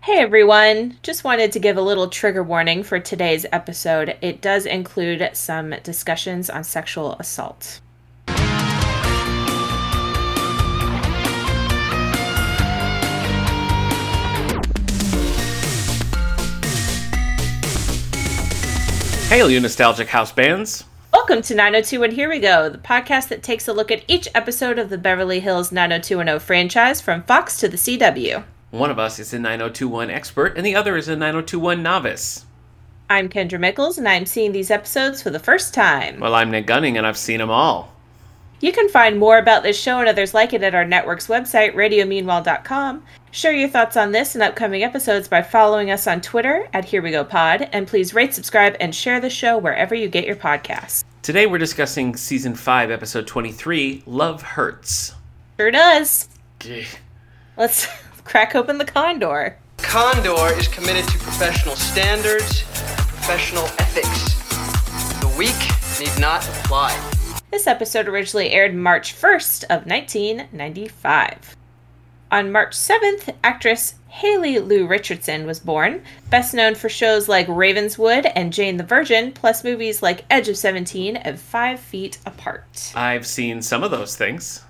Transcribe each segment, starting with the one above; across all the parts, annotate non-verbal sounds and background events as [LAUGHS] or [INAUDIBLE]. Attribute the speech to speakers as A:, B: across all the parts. A: Hey everyone, just wanted to give a little trigger warning for today's episode. It does include some discussions on sexual assault.
B: Hail, you nostalgic house bands!
A: Welcome to 902 and Here We Go, the podcast that takes a look at each episode of the Beverly Hills 90210 franchise from Fox to the CW.
B: One of us is a 9021 expert, and the other is a 9021 novice.
A: I'm Kendra Mickles, and I'm seeing these episodes for the first time.
B: Well, I'm Nick Gunning, and I've seen them all.
A: You can find more about this show and others like it at our network's website, radiomeanwhile.com. Share your thoughts on this and upcoming episodes by following us on Twitter at Here We Go Pod, and please rate, subscribe, and share the show wherever you get your podcasts.
B: Today we're discussing Season 5, Episode 23 Love Hurts.
A: Sure does. Let's [LAUGHS] crack open the condor.
C: Condor is committed to professional standards, professional ethics. The weak need not apply.
A: This episode originally aired March 1st of 1995. On March 7th, actress Haley Lou Richardson was born, best known for shows like Ravenswood and Jane the Virgin, plus movies like Edge of 17 and Five Feet Apart.
B: I've seen some of those things.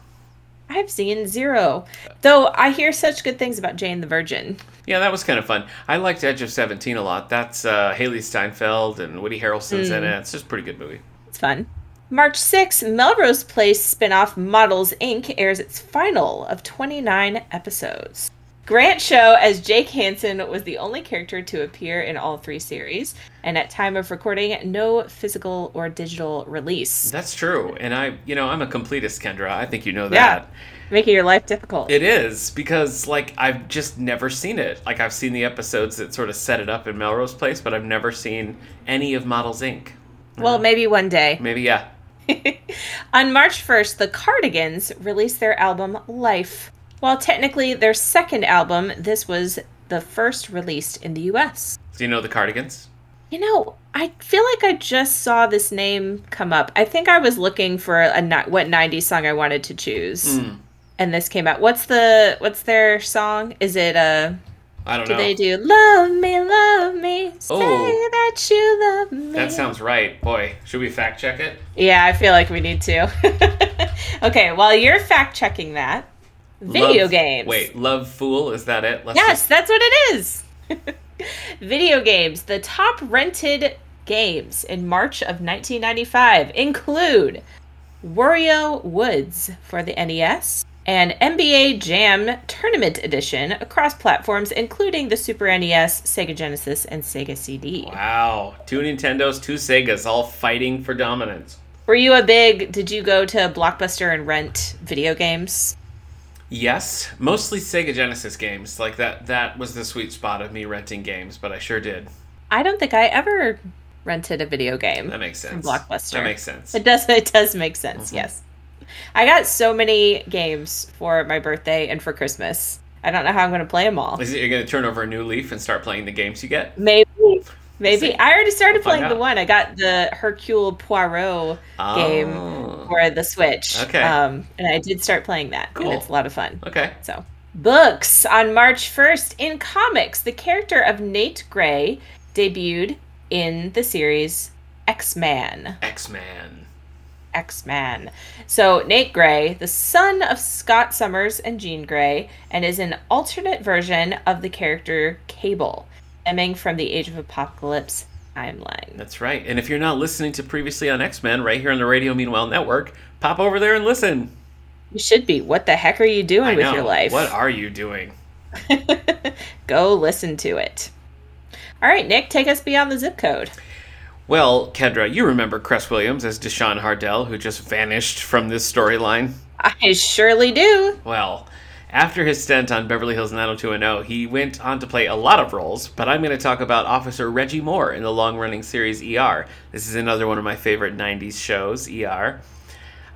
A: I've seen zero, though I hear such good things about Jane the Virgin.
B: Yeah, that was kind of fun. I liked Edge of 17 a lot. That's uh, Haley Steinfeld and Woody Harrelson's in it. It's just a pretty good movie.
A: It's fun. March 6th, Melrose Place spin-off Models Inc. airs its final of 29 episodes. Grant Show as Jake Hansen was the only character to appear in all three series, and at time of recording, no physical or digital release,
B: That's true. And I, you know, I'm a completist, Kendra. I think you know
A: Yeah.
B: that.
A: making your life difficult.
B: It is because like I've just never seen it. Like I've seen the episodes that sort of set it up in Melrose Place, but I've never seen any of Models Inc.
A: well, maybe one day.
B: Maybe yeah.
A: On March 1st, the Cardigans released their album Life. While technically their second album, this was the first released in the US.
B: Do you know the Cardigans?
A: You know, I feel like I just saw this name come up. I think I was looking for a ni- what 90s song I wanted to choose.
B: Hmm.
A: And this came out. What's the what's their song? Is it uh
B: I don't
A: do
B: know.
A: they do love me love me say
B: Oh.
A: that you love me?
B: that sounds right. Boy, should we fact check it?
A: Yeah, I feel like we need to. [LAUGHS] okay, while you're fact checking that, video
B: Love-
A: games.
B: Wait, Love Fool is that it? Let's
A: Yes,
B: just-
A: that's what it is. [LAUGHS] Video games. The top rented games in March of 1995 include Wario Woods for the NES and NBA Jam Tournament Edition across platforms, including the Super NES, Sega Genesis, and Sega CD.
B: Wow, two Nintendos, two Segas, all fighting for dominance.
A: Were you a big? Did you go to Blockbuster and rent video games?
B: Yes, mostly Sega Genesis games. Like that. That was the sweet spot of me renting games, but I sure did.
A: I don't think I ever rented a video game.
B: That makes sense.
A: Blockbuster.
B: That makes
A: [LAUGHS]
B: sense.
A: It does. It does make sense.
B: Mm-hmm.
A: Yes, I got so many games for my birthday and for Christmas. I don't know how I'm going to play them all.
B: Is it, you're going to turn over a new leaf and start playing the games you get?
A: Maybe, maybe
B: see.
A: I already started
B: We'll find
A: playing the
B: out.
A: one. I got the Hercule Poirot game
B: Oh,
A: for the Switch.
B: Okay.
A: um, and I did start playing that.
B: Cool.
A: and it's a lot of fun.
B: Okay.
A: So, books on March 1st in comics, the character of Nate Gray debuted in the series X Man.
B: X Man.
A: X Man. So, Nate Gray, the son of Scott Summers and Jean Gray, and is an alternate version of the character Cable, stemming from the Age of Apocalypse timeline.
B: That's right. And if you're not listening to previously on X Men right here on the Radio Meanwhile Network, pop over there and listen.
A: You should be. What the heck are you doing
B: I
A: with
B: know.
A: your life?
B: What are you doing?
A: Go listen to it. All right, Nick, take us beyond the zip code.
B: Well, Kendra, you remember Cress Williams as Deshaun Hardell, who just vanished from this storyline.
A: I surely do.
B: Well, after his stint on Beverly Hills 90210, he went on to play a lot of roles, but I'm going to talk about Officer Reggie Moore in the long running series ER. This is another one of my favorite 90s shows, ER.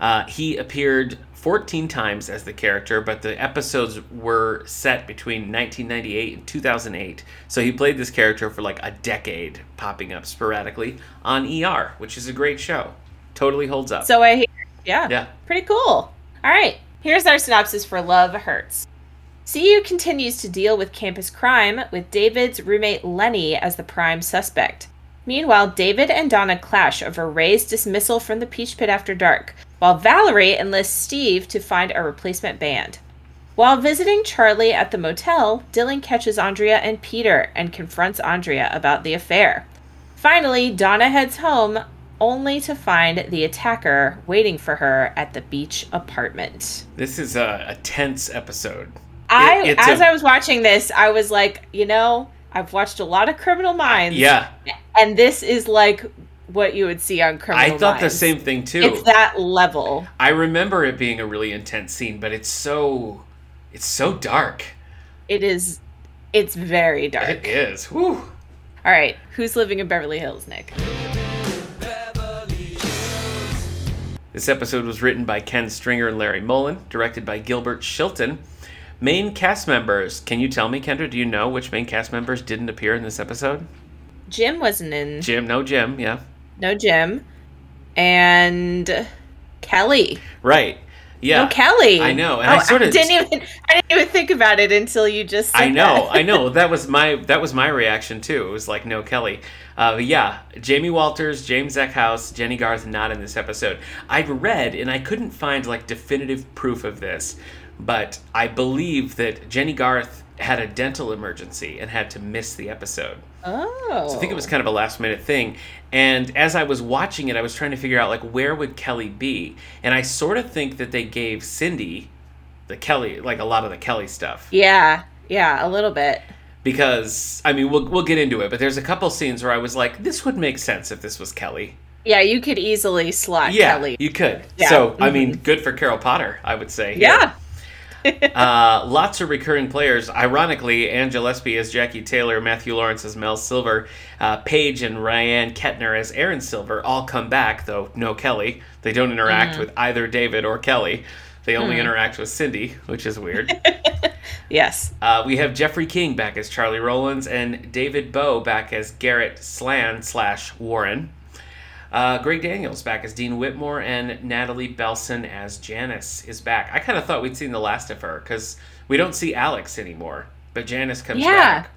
B: Uh, he appeared 14 times as the character, but the episodes were set between 1998 and 2008. So he played this character for like a decade, popping up sporadically on ER, which is a great show. Totally holds up.
A: So I hear. Yeah.
B: yeah.
A: Pretty cool. All right. Here's our synopsis for Love Hurts. CU continues to deal with campus crime, with David's roommate Lenny as the prime suspect. Meanwhile, David and Donna clash over Ray's dismissal from the Peach Pit after dark, while Valerie enlists Steve to find a replacement band. While visiting Charlie at the motel, Dylan catches Andrea and Peter and confronts Andrea about the affair. Finally, Donna heads home, only to find the attacker waiting for her at the beach apartment.
B: This is a, a tense episode.
A: I,
B: it's
A: as
B: a-
A: I was watching this, I was like, you know, I've watched a lot of Criminal Minds.
B: Yeah,
A: And this is like what you would see on Criminal
B: I
A: Minds.
B: thought the same thing too.
A: It's that level.
B: I remember it being a really intense scene, but it's so it's so dark.
A: It is. It's very dark.
B: It is. Whew.
A: All right, who's living in Beverly Hills, Nick?
B: This episode was written by Ken Stringer and Larry Mullen, directed by Gilbert Shilton. Main cast members. Can you tell me, Kendra, do you know which main cast members didn't appear in this episode?
A: Jim wasn't in.
B: Jim, no Jim, yeah.
A: No Jim. And Kelly.
B: Right. Yeah.
A: No Oh, Kelly.
B: I know, and I sorta-
A: didn't even I didn't even think about it until you just. Said
B: I know,
A: that. [LAUGHS]
B: I know. That was my that was my reaction too. It was like no Kelly. Uh, but yeah, Jamie Walters, James Eckhouse, Jenny Garth not in this episode. I've read and I couldn't find like definitive proof of this, but I believe that Jenny Garth had a dental emergency and had to miss the episode.
A: Oh.
B: So I think it was kind of a last minute thing. And as I was watching it, I was trying to figure out like where would Kelly be? And I sort of think that they gave Cindy the Kelly like a lot of the Kelly stuff
A: Yeah. Yeah. A little bit.
B: because I mean we'll we'll get into it, but there's a couple scenes where I was like, this would make sense if this was Kelly.
A: Yeah, you could easily slot
B: yeah,
A: Kelly.
B: you could.
A: Yeah. Mm-hmm.
B: So I mean, good for Carol Potter, I would say. here.
A: Yeah.
B: uh, lots of recurring players. Ironically, Anne Gillespie as Jackie Taylor, Matthew Lawrence as Mel Silver, uh, Paige and Ryan Kettner as Aaron Silver all come back, though no Kelly. They don't interact
A: Mm-hmm.
B: with either David or Kelly. They
A: Mm.
B: only interact with Cindy, which is weird.
A: Yes.
B: Uh, we have Jeffrey King back as Charlie Rollins and David Bowe back as Garrett Slan slash Warren. Uh, Greg Daniels back as Dean Whitmore and Natalie Belson as Janice is back. I kind of thought we'd seen the last of her because we don't see Alex anymore, but Janice comes
A: Yeah.
B: back.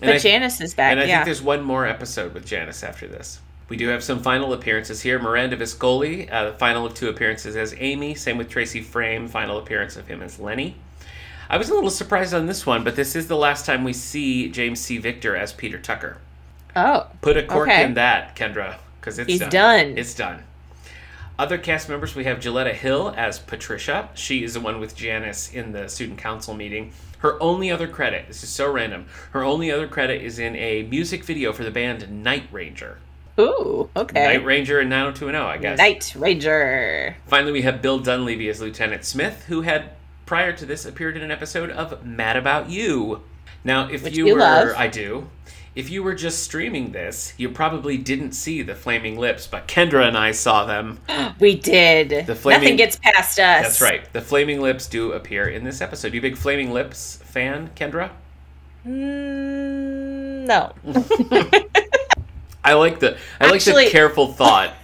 B: And
A: But
B: I-
A: Janice is back.
B: and I
A: yeah.
B: think there's one more episode with Janice after this. We do have some final appearances here. Miranda Viscoli, uh, the final of two appearances as Amy. Same with Tracy Frame, final appearance of him as Lenny. I was a little surprised on this one, but this is the last time we see James C. Victor as Peter Tucker.
A: oh.
B: Put a cork
A: Okay.
B: in that, Kendra, because it's
A: He's
B: done.
A: done.
B: It's done. Other cast members, we have Gilletta Hill as Patricia. She is the one with Janice in the student council meeting. Her only other credit, this is so random, her only other credit is in a music video for the band Night Ranger.
A: Ooh. Okay.
B: Night Ranger and 90210, I guess.
A: Night Ranger.
B: Finally, we have Bill Dunleavy as Lieutenant Smith, who had, prior to this, appeared in an episode of Mad About You. Now, if
A: Which
B: you
A: we
B: were,
A: love.
B: I do. If you were just streaming this, you probably didn't see the flaming lips, but Kendra and I saw them.
A: We did.
B: The flaming-
A: Nothing gets past us.
B: That's right. The flaming lips do appear in this episode. You a big flaming lips fan, Kendra?
A: Mm, no.
B: I like the I like
A: Actually-
B: the careful thought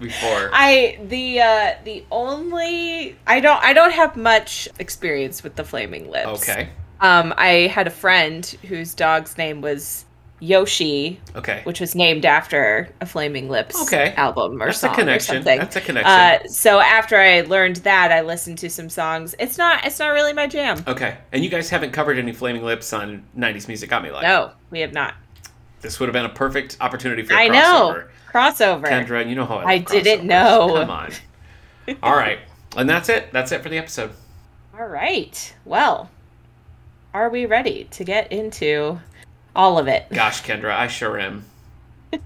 B: before.
A: [LAUGHS] I the uh the only I don't I don't have much experience with the flaming lips.
B: okay.
A: Um I had a friend whose dog's name was Yoshi,
B: Okay.
A: which was named after a Flaming Lips
B: Okay.
A: album or
B: That's a
A: song
B: connection.
A: or something.
B: That's a connection.
A: Uh, so after I learned that, I listened to some songs. It's not it's not really my jam.
B: okay. And you guys haven't covered any flaming lips on 90s music got me like.
A: No, we have not.
B: This would have been a perfect opportunity for a
A: I know
B: crossover.
A: crossover.
B: Kendra, you know how I,
A: I
B: love
A: didn't
B: crossovers.
A: know.
B: [LAUGHS] Come on. All right. And that's it. That's it for the episode.
A: All right. Well, are we ready to get into all of it?
B: Gosh, Kendra, I sure am.
A: All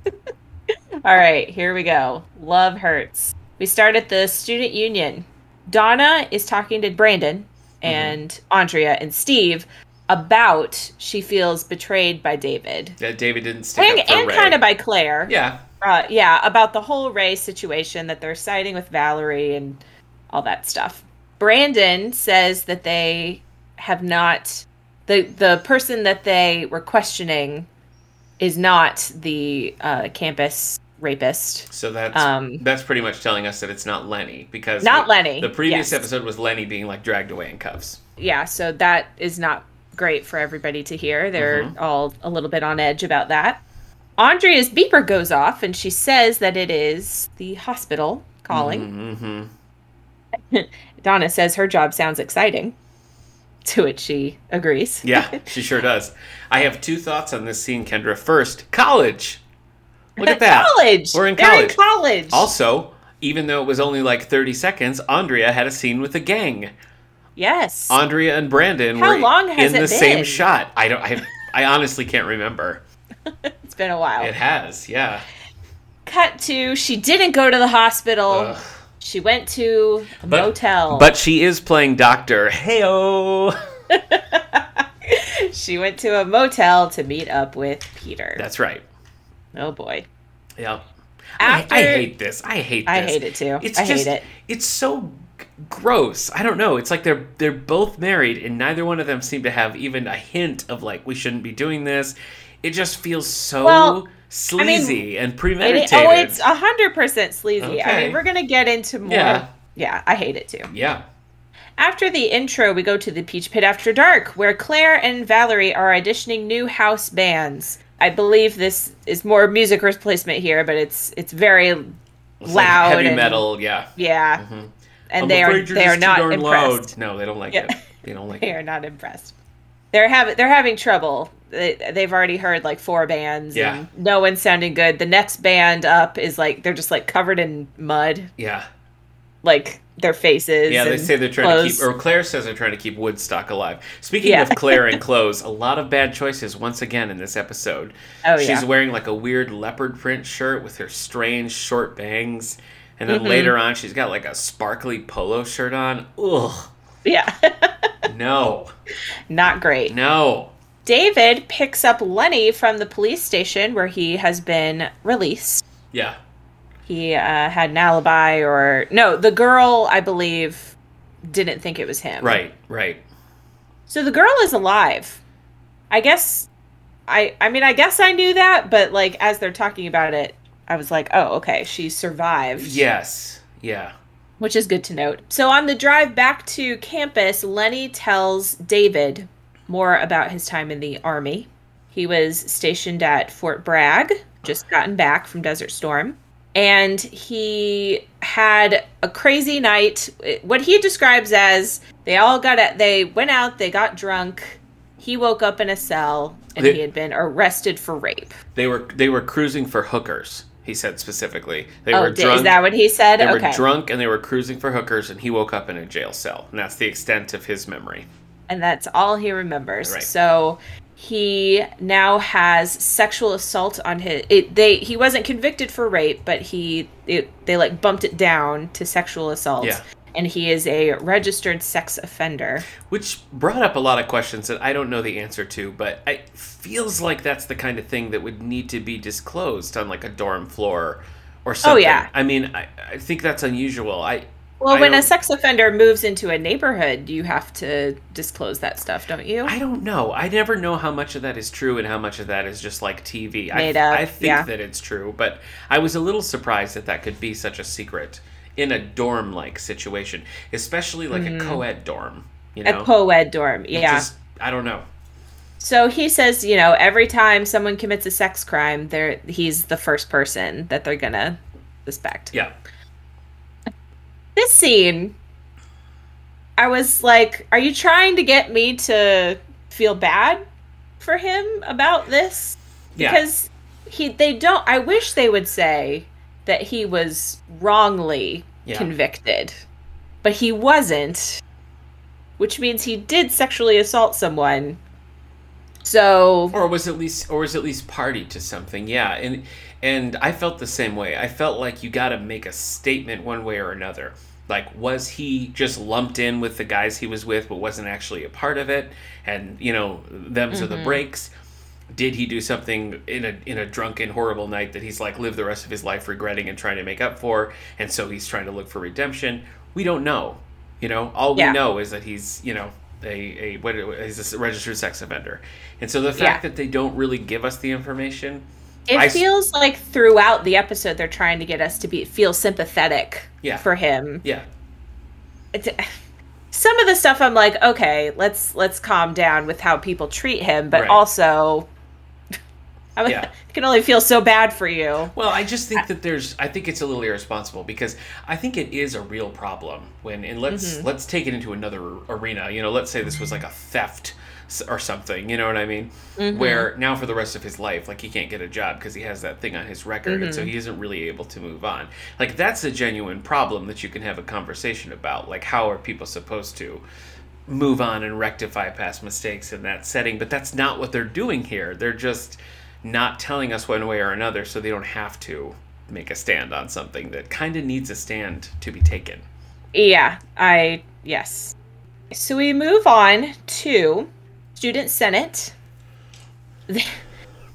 A: right, here we go. Love hurts. We start at the student union. Donna is talking to Brandon
B: Mm-hmm.
A: and Andrea and Steve about she feels betrayed by David
B: That David didn't stick
A: and,
B: up for
A: and
B: Ray.
A: kind of by Claire.
B: Yeah.
A: Uh, yeah, about the whole Ray situation that they're siding with Valerie and all that stuff. Brandon says that they have not the the person that they were questioning is not the uh, campus rapist.
B: So that's
A: Um,
B: that's pretty much telling us that it's not Lenny because
A: Not
B: the-
A: Lenny,
B: The previous
A: yes.
B: episode was Lenny being like dragged away in cuffs.
A: yeah, so that is not great for everybody to hear. They're
B: Mm-hmm.
A: all a little bit on edge about that. Andrea's beeper goes off and she says that it is the hospital calling.
B: Mm-hmm.
A: Donna says her job sounds exciting, to which she agrees. [LAUGHS]
B: Yeah, she sure does. I have two thoughts on this scene, Kendra. First, college. Look at that.
A: College.
B: We're in
A: They're
B: college.
A: in college.
B: Also, even though it was only like 30 seconds, Andrea had a scene with a gang.
A: yes.
B: Andrea and Brandon
A: How
B: were
A: long
B: in
A: has
B: the
A: it
B: same
A: been?
B: shot. I don't I, I honestly can't remember.
A: it's been a while.
B: It has. Yeah.
A: Cut to she didn't go to the hospital.
B: Ugh.
A: She went to a
B: But-
A: motel.
B: But she is playing doctor. Heyo.
A: she went to a motel to meet up with Peter.
B: That's right.
A: oh boy.
B: Yeah.
A: After
B: I, I hate this. I hate this.
A: I hate it too.
B: It's
A: I
B: just,
A: hate it.
B: It's so g- gross. I don't know. It's like they're they're both married and neither one of them seem to have even a hint of like we shouldn't be doing this. It just feels so
A: Well, mean,
B: sleazy and
A: And
B: premeditated.
A: it- oh, it's hundred percent sleazy. I
B: Okay.
A: mean, we're gonna get into more.
B: Yeah.
A: yeah, I hate it too.
B: yeah.
A: After the intro, we go to the Peach Pit After Dark, where Claire and Valerie are auditioning new house bands. I believe this is more music replacement here, but it's it's very
B: It's like
A: loud
B: heavy
A: and-
B: metal, yeah.
A: yeah, and
B: I'm
A: they are
B: afraid you're
A: they
B: just
A: are
B: too
A: not
B: darn
A: impressed.
B: Loud. No, they don't like
A: Yeah.
B: it. They don't like
A: They [LAUGHS]
B: it.
A: are not impressed. They're having they're having trouble. They, they've already heard like four bands,
B: Yeah.
A: and no one's sounding good. The next band up is like they're just like covered in mud,
B: Yeah.
A: like their faces.
B: Yeah, they
A: and
B: say they're trying
A: clothes.
B: to keep, or Claire says they're trying to keep Woodstock alive. Speaking
A: Yeah.
B: of Claire
A: [LAUGHS]
B: and clothes, a lot of bad choices once again in this episode.
A: Oh,
B: She's
A: yeah.
B: wearing like a weird leopard print shirt with her strange short bangs. And then later on, she's got like a sparkly polo shirt on. Ugh.
A: yeah, [LAUGHS]
B: No.
A: not great.
B: No.
A: David picks up Lenny from the police station where he has been released.
B: Yeah.
A: He uh, had an alibi, or no, the girl, I believe, didn't think it was him.
B: Right. Right.
A: So the girl is alive. I guess. I I mean, I guess I knew that, but like as they're talking about it, I was like, oh, okay, she survived.
B: Yes. Yeah.
A: which is good to note. So on the drive back to campus, Lenny tells David more about his time in the army. He was stationed at Fort Bragg, just gotten back from Desert Storm, and he had a crazy night. What he describes as they all got a, they went out, they got drunk. He woke up in a cell and
B: They-
A: he had been arrested for rape.
B: They were they were cruising for hookers. He said specifically. They
A: Oh,
B: were
A: d-
B: drunk.
A: is that what he said?
B: They
A: okay.
B: were drunk and they were cruising for hookers, and he woke up in a jail cell. And that's the extent of his memory.
A: and that's all he remembers.
B: Right.
A: So he now has sexual assault on his. It, they he wasn't convicted for rape, but he it, they like bumped it down to sexual assault.
B: Yeah.
A: And he is a registered sex offender.
B: Which brought up a lot of questions that I don't know the answer to, but it feels like that's the kind of thing that would need to be disclosed on like a dorm floor or something.
A: Oh, yeah.
B: I mean, I, I think that's unusual. I
A: Well,
B: I
A: when a
B: don't-
A: sex offender moves into a neighborhood, you have to disclose that stuff, don't you?
B: I don't know. I never know how much of that is true and how much of that is just like TV.
A: Made
B: I,
A: up,
B: I think
A: yeah.
B: that it's true, but I was a little surprised that that could be such a secret in a dorm like situation, especially like a co ed dorm, you know?
A: Mm-hmm. a co-ed dorm, yeah.
B: Just, I don't know.
A: So he says, you know, every time someone commits a sex crime, they're he's the first person that they're gonna suspect.
B: Yeah.
A: this scene i was like are you trying to get me to feel bad for him about this
B: Yeah.
A: because he they don't i wish they would say that he was wrongly
B: Yeah.
A: convicted but he wasn't which means he did sexually assault someone so
B: or was at least or was at least party to something yeah and and i felt the same way i felt like you gotta make a statement one way or another like was he just lumped in with the guys he was with but wasn't actually a part of it and you know them's are the breaks did he do something in a in a drunken horrible night that he's like lived the rest of his life regretting and trying to make up for and so he's trying to look for redemption we don't know you know all we
A: Yeah.
B: know is that he's you know a, a what he's a registered sex offender and so the fact that they don't really give us the information
A: It
B: I s-
A: feels like throughout the episode they're trying to get us to be feel sympathetic
B: Yeah.
A: for him.
B: yeah
A: It's- some of the stuff I'm like, okay, let's let's calm down with how people treat him, but
B: Right.
A: also [LAUGHS] I
B: Yeah.
A: can only feel so bad for you.
B: Well, I just think that there's I think it's a little irresponsible because I think it is a real problem when and let's let's take it into another arena. You know, let's say this was like a theft s- or something, you know what I mean? Where now for the rest of his life like he can't get a job because he has that thing on his record and so he isn't really able to move on. Like that's a genuine problem that you can have a conversation about. Like how are people supposed to move on and rectify past mistakes in that setting, but that's not what they're doing here. They're just not telling us one way or another so they don't have to make a stand on something that kind of needs a stand to be taken.
A: Yeah, I yes. So we move on to student senate. [LAUGHS]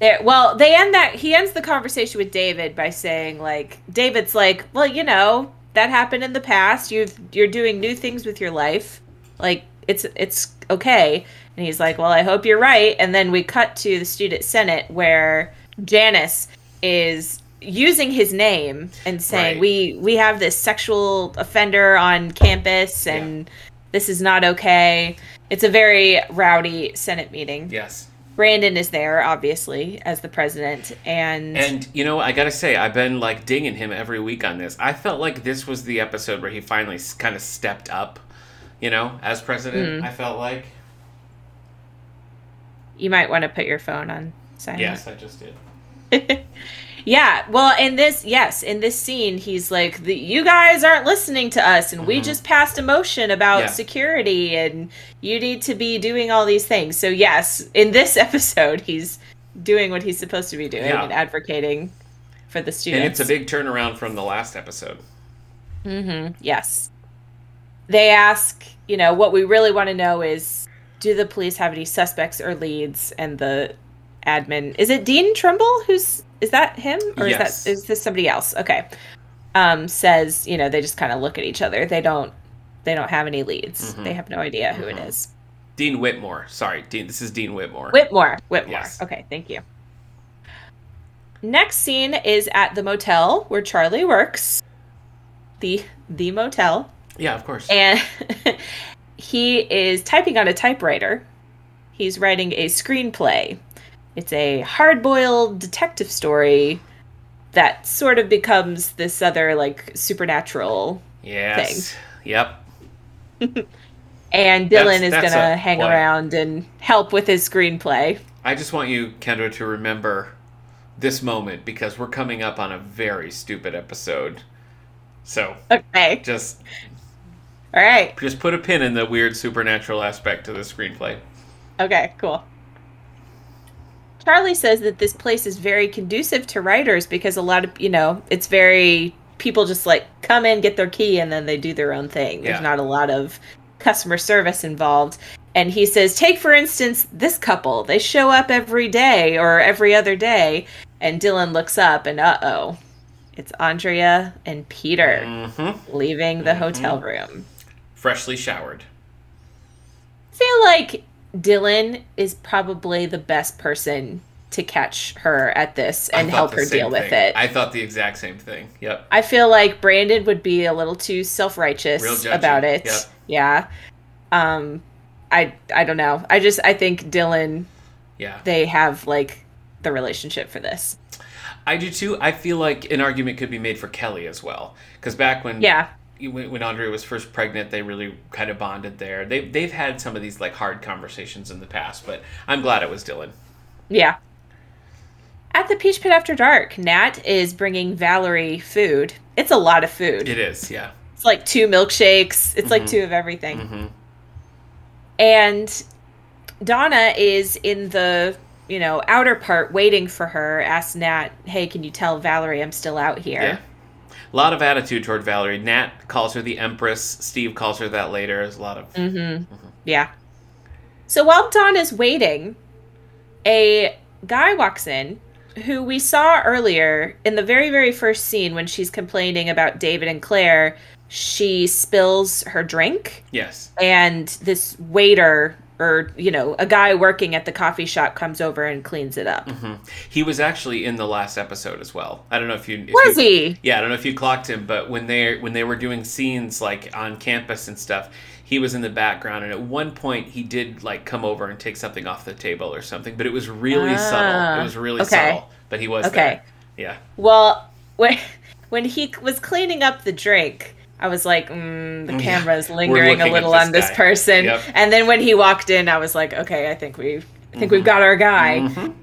A: There, well, they end that he ends the conversation with David by saying like David's like, "Well, you know, that happened in the past. You've you're doing new things with your life. Like it's it's okay." And he's like, "Well, I hope you're right." And then we cut to the student senate where Janice is using his name and saying,
B: Right.
A: "We we have this sexual offender on campus and this is not okay." It's a very rowdy senate meeting.
B: Yes.
A: Brandon is there, obviously, as the president, and,
B: And you know, I gotta say, I've been like dinging him every week on this. I felt like this was the episode where he finally kind of stepped up, you know, as president. I felt like.
A: you might want to put your phone on silent.
B: Yes, I just did.
A: Yeah. Well, in this, yes, in this scene, he's like, the, "You guys aren't listening to us, and we just passed a motion about
B: Mm-hmm. Yeah.
A: security, and you need to be doing all these things." So, yes, in this [LAUGHS] episode, he's doing what he's supposed to be doing
B: Yeah.
A: and advocating for the students.
B: And it's a big turnaround from the last episode.
A: Mm-hmm. Yes. They ask, you know, what we really want to know is do the police have any suspects or leads? And the admin is it Dean Trimble who's is that him? Or
B: Yes.
A: is that is this somebody else? Okay. Um, says, you know, they just kind of look at each other. They don't they don't have any leads.
B: Mm-hmm.
A: They have no idea who it is.
B: Dean Whitmore. Sorry, Dean. This is Dean Whitmore.
A: Whitmore. Whitmore.
B: Yes.
A: Okay, thank you. Next scene is at the motel where Charlie works. The the motel
B: yeah, of course.
A: and [LAUGHS] he is typing on a typewriter. He's writing a screenplay. It's a hard-boiled detective story that sort of becomes this other like supernatural.
B: yes. Yep.
A: And
B: That's-
A: Dylan is
B: that's
A: gonna
B: a
A: hang
B: play.
A: around and help with his screenplay.
B: I just want you, Kendra, to remember this moment because we're coming up on a very stupid episode. So
A: Okay,
B: just
A: all right,
B: just put a pin in the weird supernatural aspect to the screenplay.
A: okay, cool. Charlie says that this place is very conducive to writers because a lot of you know it's very people just like come in get their key and then they do their own thing.
B: Yeah.
A: There's not a lot of customer service involved. And he says, take for instance this couple. They show up every day or every other day. And Dylan looks up and uh oh, it's Andrea and Peter
B: Mm-hmm.
A: leaving the hotel room.
B: Freshly showered.
A: I feel like Dylan is probably the best person to catch her at this
B: I
A: and
B: thought
A: help
B: the
A: her
B: same
A: deal with
B: thing.
A: it.
B: I thought the exact same thing. Yep.
A: I feel like Brandon would be a little too self
B: Real
A: righteous
B: judgy,
A: about it.
B: yep.
A: Yeah. Um I I don't know. I just I think Dylan
B: Yeah.
A: they have like the relationship for this.
B: I do too. I feel like an argument could be made for Kelly as well. Because back when
A: Yeah.
B: when, when Andrea was first pregnant, they really kind of bonded there. They they've had some of these like hard conversations in the past, but I'm glad it was Dylan.
A: Yeah. At the Peach Pit After Dark, Nat is bringing Valerie food. It's a lot of food.
B: It Mm-hmm. is, yeah.
A: It's like two milkshakes. It's like two of everything. And Donna is in the, you know, outer part waiting for her, asks Nat, hey, can you tell Valerie I'm still out here?
B: Yeah. A lot of attitude toward Valerie. Nat calls her the Empress. Steve calls her that later. There's a lot of.
A: Mm. Mm-hmm. Yeah. So while Don is waiting, a guy walks in who we saw earlier in the very, very first scene when she's complaining about David and Claire. She spills her drink,
B: Yes.
A: and this waiter or, you know, a guy working at the coffee shop comes over and cleans it
B: Mm.
A: up.
B: Mm-hmm. He was actually in the last episode as well. I don't know if you. If
A: Was
B: you-
A: he?
B: Yeah, I don't know if you clocked him, but when they when they were doing scenes like on campus and stuff, he was in the background, and at one point he did like come over and take something off the table or something, but it was really
A: Ah,
B: subtle. It was really
A: okay.
B: subtle, but he was
A: Okay.
B: there.
A: Well, when [LAUGHS] when he was cleaning up the drink, I was like, mm, the camera's lingering a
B: looking at
A: little
B: this
A: on this
B: guy.
A: person.
B: Yep.
A: And then when he walked in, I was like, okay, I think we've I think
B: Mm-hmm.
A: we've got our guy.
B: Yeah. Mhm.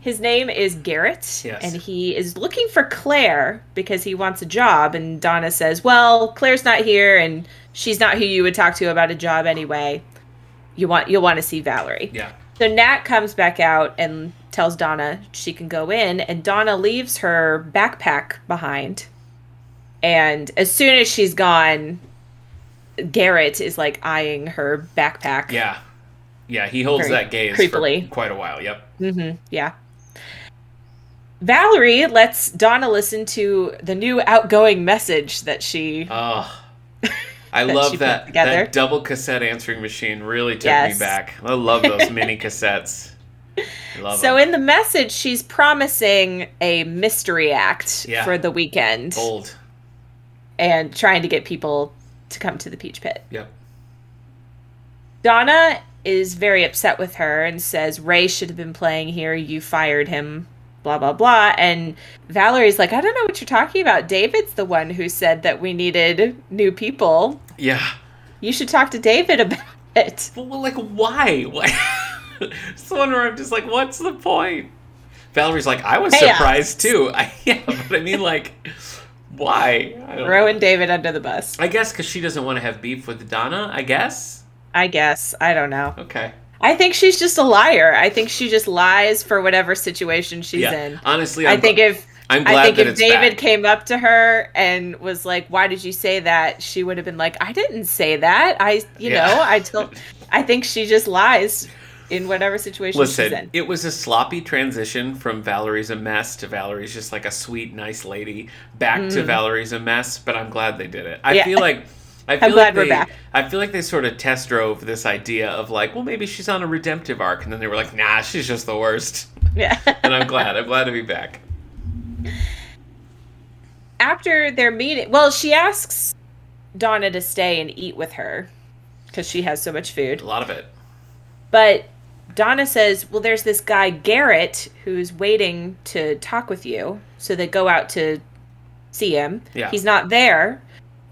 A: His name is Garrett,
B: Yes.
A: and he is looking for Claire because he wants a job. And Donna says, "Well, Claire's not here, and she's not who you would talk to about a job anyway. You want you'll want to see Valerie."
B: Yeah.
A: So Nat comes back out and tells Donna she can go in, and Donna leaves her backpack behind. And as soon as she's gone, Garrett is like eyeing her backpack.
B: Yeah. Yeah, he holds
A: Very
B: that gaze for
A: creepily.
B: quite a while. Yep.
A: Mm-hmm. Yeah. Valerie lets Donna listen to the new outgoing message that she. [LAUGHS]
B: Oh. I
A: That
B: love
A: she put
B: that
A: together.
B: that double cassette answering machine really took me
A: Yes.
B: back. I
A: [LAUGHS]
B: love those mini cassettes. I love
A: so
B: them.
A: in the message, she's promising a mystery act
B: Yeah.
A: for the weekend
B: old.
A: and trying to get people to come to the Peach Pit.
B: Yep.
A: Donna is very upset with her and says, Ray should have been playing here. You fired him. Blah, blah, blah. And Valerie's like, I don't know what you're talking about. David's the one who said that we needed new people.
B: Yeah.
A: You should talk to David [LAUGHS] about it.
B: Well, well, like why? [LAUGHS] Why? it's the one where I'm just like, what's the point? Valerie's like, I was
A: Chaos.
B: surprised too. [LAUGHS] I, yeah, but I mean, like, why? I don't know.
A: Throwing David under the bus.
B: I guess because she doesn't want to have beef with Donna. I guess.
A: I guess. I don't know.
B: Okay.
A: I think she's just a liar. I think she just lies for whatever situation she's
B: yeah.
A: in.
B: Honestly, I'm
A: I think
B: gl-
A: if
B: I'm glad
A: I think
B: that
A: if
B: it's
A: David
B: back.
A: came up to her and was like, "Why did you say that?" she would have been like, "I didn't say that. I, you
B: Yeah.
A: know, I told." I think she just lies in whatever situation she's
B: Listen,
A: in.
B: it was a sloppy transition from Valerie's a mess to Valerie's just like a sweet, nice lady back to Valerie's a mess. But I'm glad they did it. I
A: Mm. Yeah.
B: feel like
A: [LAUGHS]
B: I feel like
A: glad we're
B: they,
A: back.
B: I feel like they sort of test drove this idea of like, well, maybe she's on a redemptive arc, and then they were like, nah, she's just the worst. [LAUGHS]
A: Yeah.
B: And I'm glad. I'm glad to be back.
A: After their meeting, well, she asks Donna to stay and eat with her because she has so much food.
B: A lot of it.
A: But Donna says, "Well, there's this guy Garrett who's waiting to talk with you." So they go out to see him.
B: Yeah.
A: He's not there.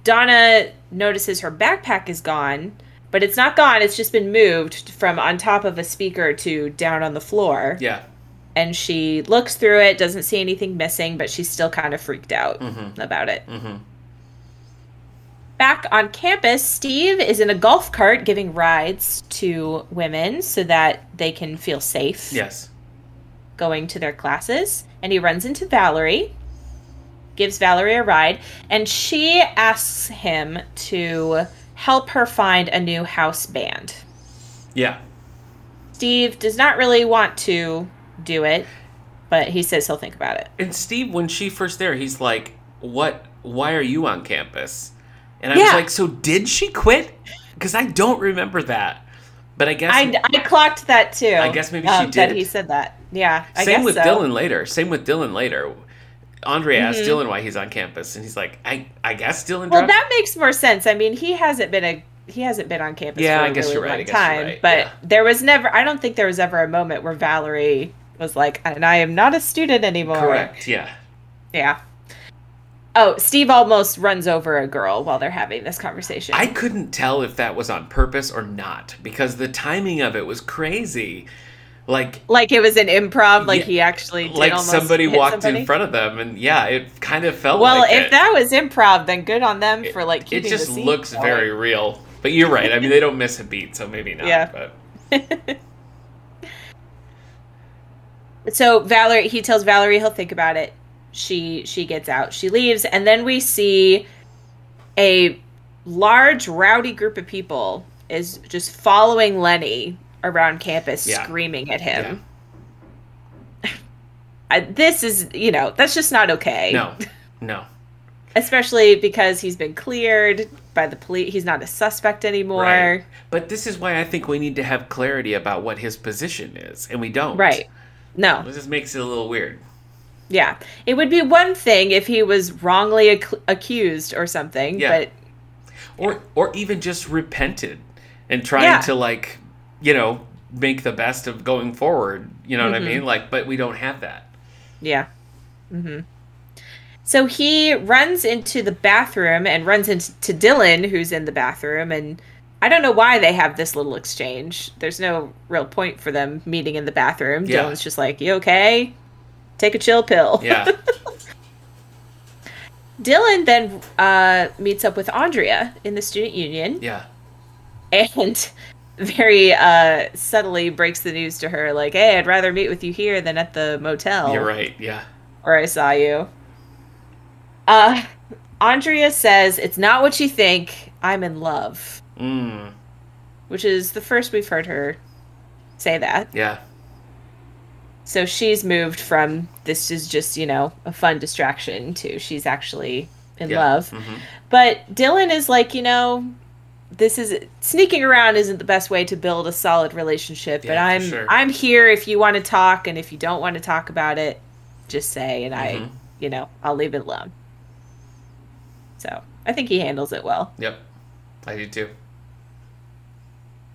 A: Donna notices her backpack is gone, but it's not gone. It's just been moved from on top of a speaker to down on the floor.
B: Yeah.
A: And she looks through it, doesn't see anything missing, but she's still kind of freaked out about it.
B: Mm-hmm.
A: back on campus, Steve is in a golf cart giving rides to women so that they can feel safe
B: Yes.
A: going to their classes. And he runs into Valerie, gives Valerie a ride, and she asks him to help her find a new house band.
B: Yeah.
A: Steve does not really want to do it, but he says he'll think about it.
B: And Steve, when she first there, he's like, "What? Why are you on campus?" And I was
A: Yeah.
B: like, "So did she quit?" Because I don't remember that. But I guess
A: I, I clocked that too. I
B: guess maybe she
A: That
B: did.
A: he said that. Yeah. I
B: same
A: guess
B: with
A: so.
B: Dylan later. Same with Dylan later. Andre asked Dylan why he's on campus, and he's like, "I I guess Dylan
A: Mm-hmm. Well,
B: dropped."
A: that makes more sense. I mean, he hasn't been a he hasn't been on campus
B: Yeah,
A: for
B: I
A: a
B: guess
A: really
B: you're right,
A: long
B: I guess you're
A: time.
B: right,
A: But
B: yeah.
A: there was never I don't think there was ever a moment where Valerie was like, and I am not a student anymore.
B: Correct. Yeah.
A: Yeah. Oh, Steve almost runs over a girl while they're having this conversation.
B: I couldn't tell if that was on purpose or not because the timing of it was crazy. Like
A: like it was an improv, like
B: Yeah,
A: he actually did
B: like
A: almost
B: somebody
A: hit
B: walked
A: somebody.
B: in front of them, and yeah, it kind of felt
A: Well,
B: like
A: if
B: it.
A: that was improv, then good on them for like
B: it
A: keeping the
B: just
A: scene
B: looks
A: going.
B: very real. But you're right. I mean, they don't miss a beat, so maybe not.
A: Yeah.
B: But
A: so Valerie he tells Valerie he'll think about it. She she gets out. She leaves and then we see a large rowdy group of people is just following Lenny around campus
B: Yeah.
A: screaming at
B: yeah.
A: him. [LAUGHS] I, this is, you know, that's just not okay.
B: no, no,
A: Especially because he's been cleared by the police. He's not a suspect anymore.
B: right. But this is why I think we need to have clarity about what his position is, and we don't.
A: Right. No.
B: This just makes it a little weird.
A: Yeah. It would be one thing if he was wrongly ac- accused or something,
B: Yeah.
A: but
B: or or even just repented and trying
A: Yeah.
B: to like you know make the best of going forward you know what
A: Mm-hmm.
B: i mean like but we don't have that
A: Yeah. hmm So he runs into the bathroom and runs into to Dylan, who's in the bathroom, and I don't know why they have this little exchange. There's no real point for them meeting in the bathroom.
B: Yeah.
A: Dylan's just like, "You okay? Take a chill pill."
B: yeah
A: [LAUGHS] Dylan then uh, meets up with Andrea in the student union
B: yeah
A: and [LAUGHS] very uh, subtly breaks the news to her, like, "Hey, I'd rather meet with you here than at the motel."
B: you're right yeah
A: or I saw you. Uh, Andrea says, It's not what you think. I'm in love.
B: mm,
A: Which is the first we've heard her say that.
B: yeah
A: So she's moved from this is just, you know, a fun distraction to she's actually in
B: yeah.
A: love.
B: Mhm.
A: But Dylan is like, you know, this is sneaking around isn't the best way to build a solid relationship. But
B: Yeah, for
A: I'm
B: sure.
A: I'm here if you want to talk, and if you don't want to talk about it, just say, and I,
B: Mhm.
A: you know, I'll leave it alone. So I think he handles it well.
B: yep i do too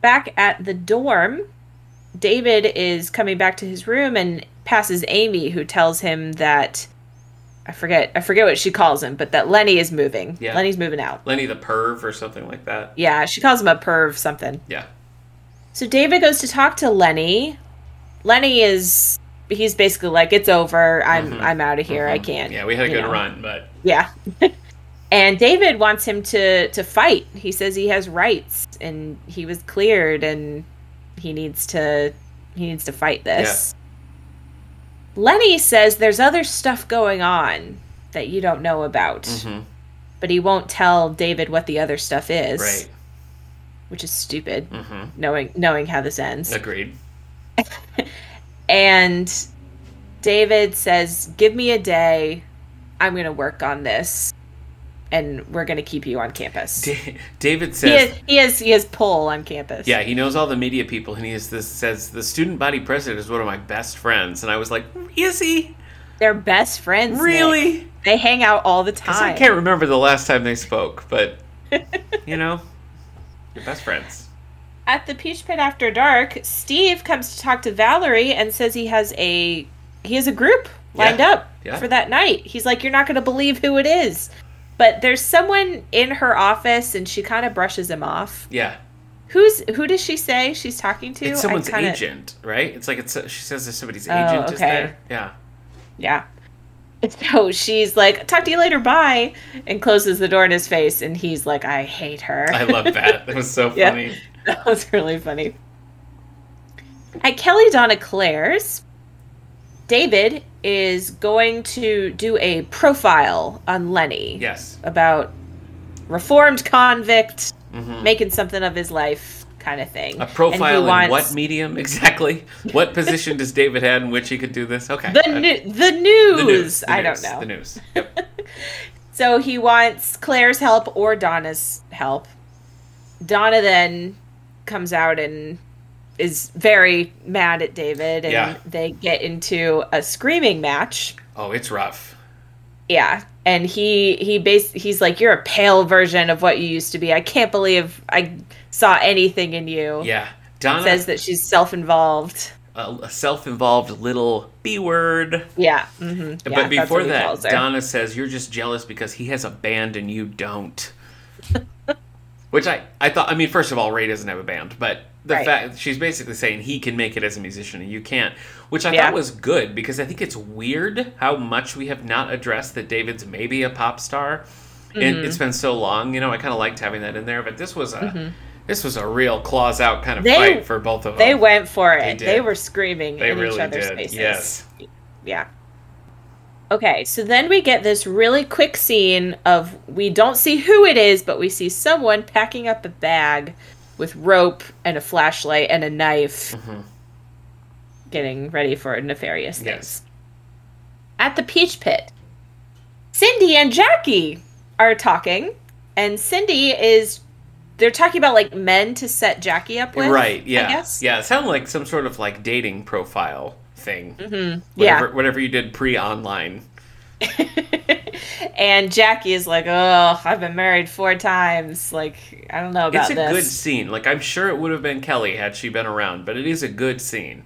A: Back at the dorm, David is coming back to his room and passes Amy, who tells him that. I forget. I forget what she calls him, but that Lenny is moving.
B: Yeah.
A: Lenny's moving out.
B: lenny the perv or something like that
A: Yeah, she calls him a perv something.
B: yeah
A: So David goes to talk to Lenny. Lenny is he's basically like, It's over, I'm
B: Mhm.
A: I'm out of here, I
B: Mhm.
A: can't.
B: yeah we had a
A: you
B: good
A: know.
B: run but
A: Yeah. [LAUGHS] and David wants him to to fight. He says he has rights and he was cleared and he needs to he needs to fight this. Lenny says there's other stuff going on that you don't know about,
B: mhm,
A: but he won't tell David what the other stuff is,
B: right
A: which is stupid,
B: hmm
A: knowing knowing how this ends.
B: agreed [LAUGHS]
A: And David says, Give me a day. I'm going to work on this. And we're going to keep you on campus.
B: Da- david
A: He
B: says
A: is, he is he is pull on campus.
B: Yeah, he knows all the media people, and he is this, says the student body president is one of my best friends, and I was like, is he
A: They're best friends. Nick.
B: really?
A: They hang out all the
B: 'Cause I
A: time.
B: can't remember the last time they spoke, but
A: [LAUGHS]
B: you know, you're best friends.
A: At the Peach Pit after dark, Steve comes to talk to Valerie and says he has a he has a group lined
B: Yeah.
A: up
B: Yeah.
A: for that night. He's like, You're not gonna believe who it is. But there's someone in her office and she kind of brushes him off.
B: Yeah,
A: Who's who does she say she's talking to?
B: it's
A: I
B: someone's
A: kinda-
B: agent, right? It's like it's she says there's somebody's
A: Oh,
B: agent is
A: okay.
B: there. Yeah,
A: Yeah. So she's like, "Talk to you later, bye," and closes the door in his face, and he's like, "I hate her."
B: I love that. that was so
A: Yeah.
B: funny.
A: [LAUGHS] that was really funny. At Kelly Donna Claire's, David is going to do a profile on Lenny
B: Yes.
A: about reformed convict
B: hmm
A: making something of his life, kind of thing.
B: A
A: And he
B: profile in
A: wants-
B: what medium exactly? What position does David had in which he could do this? Okay.
A: The,
B: I-
A: new the news.
B: Uh, the news, the
A: I
B: news,
A: don't know.
B: The news. Yep.
A: So he wants Claire's help or Donna's help. Donna then comes out and is very mad at David, and
B: Yeah.
A: they get into a screaming match.
B: Oh, it's rough.
A: Yeah, and he he bas- he's like, "You're a pale version of what you used to be. I can't believe I saw anything in you."
B: Yeah. Donna
A: Says that she's self-involved.
B: a, a self-involved little b word.
A: Yeah, hmm
B: but before that, Donna says you're just jealous because he has a band and
A: [LAUGHS]
B: you don't. Which I I thought I mean first of all Ray doesn't have a band, but the
A: Right.
B: fact she's basically saying he can make it as a musician and you can't, which I
A: Yeah.
B: thought was good because I think it's weird how much we have not addressed that David's maybe a pop star. And
A: Mm-hmm.
B: it's been so long, you know, I kind of liked having that in there, but this was a this was a real claws out kind of
A: Mm-hmm. They-
B: fight for both of them.
A: they went for it.
B: did.
A: They, were screaming
B: They
A: in each
B: really
A: other's
B: did,
A: faces.
B: yes.
A: Yeah. Okay, so then we get this really quick scene of we don't see who it is, but we see someone packing up a bag with rope and a flashlight and a knife,
B: Mhm.
A: getting ready for nefarious things.
B: Yes.
A: At the Peach Pit, Cindy and Jackie are talking, and Cindy is. They're talking about like men to set Jackie up with.
B: right yeah
A: I guess.
B: yeah it sounded like some sort of like dating profile thing
A: Mhm. Yeah.
B: whatever, whatever you did pre-online
A: [LAUGHS] and Jackie is like, "Oh, I've been married four times. Like, I don't know about
B: it's a good
A: this."
B: scene. Like I'm sure it would have been Kelly had she been around, but it is a good scene.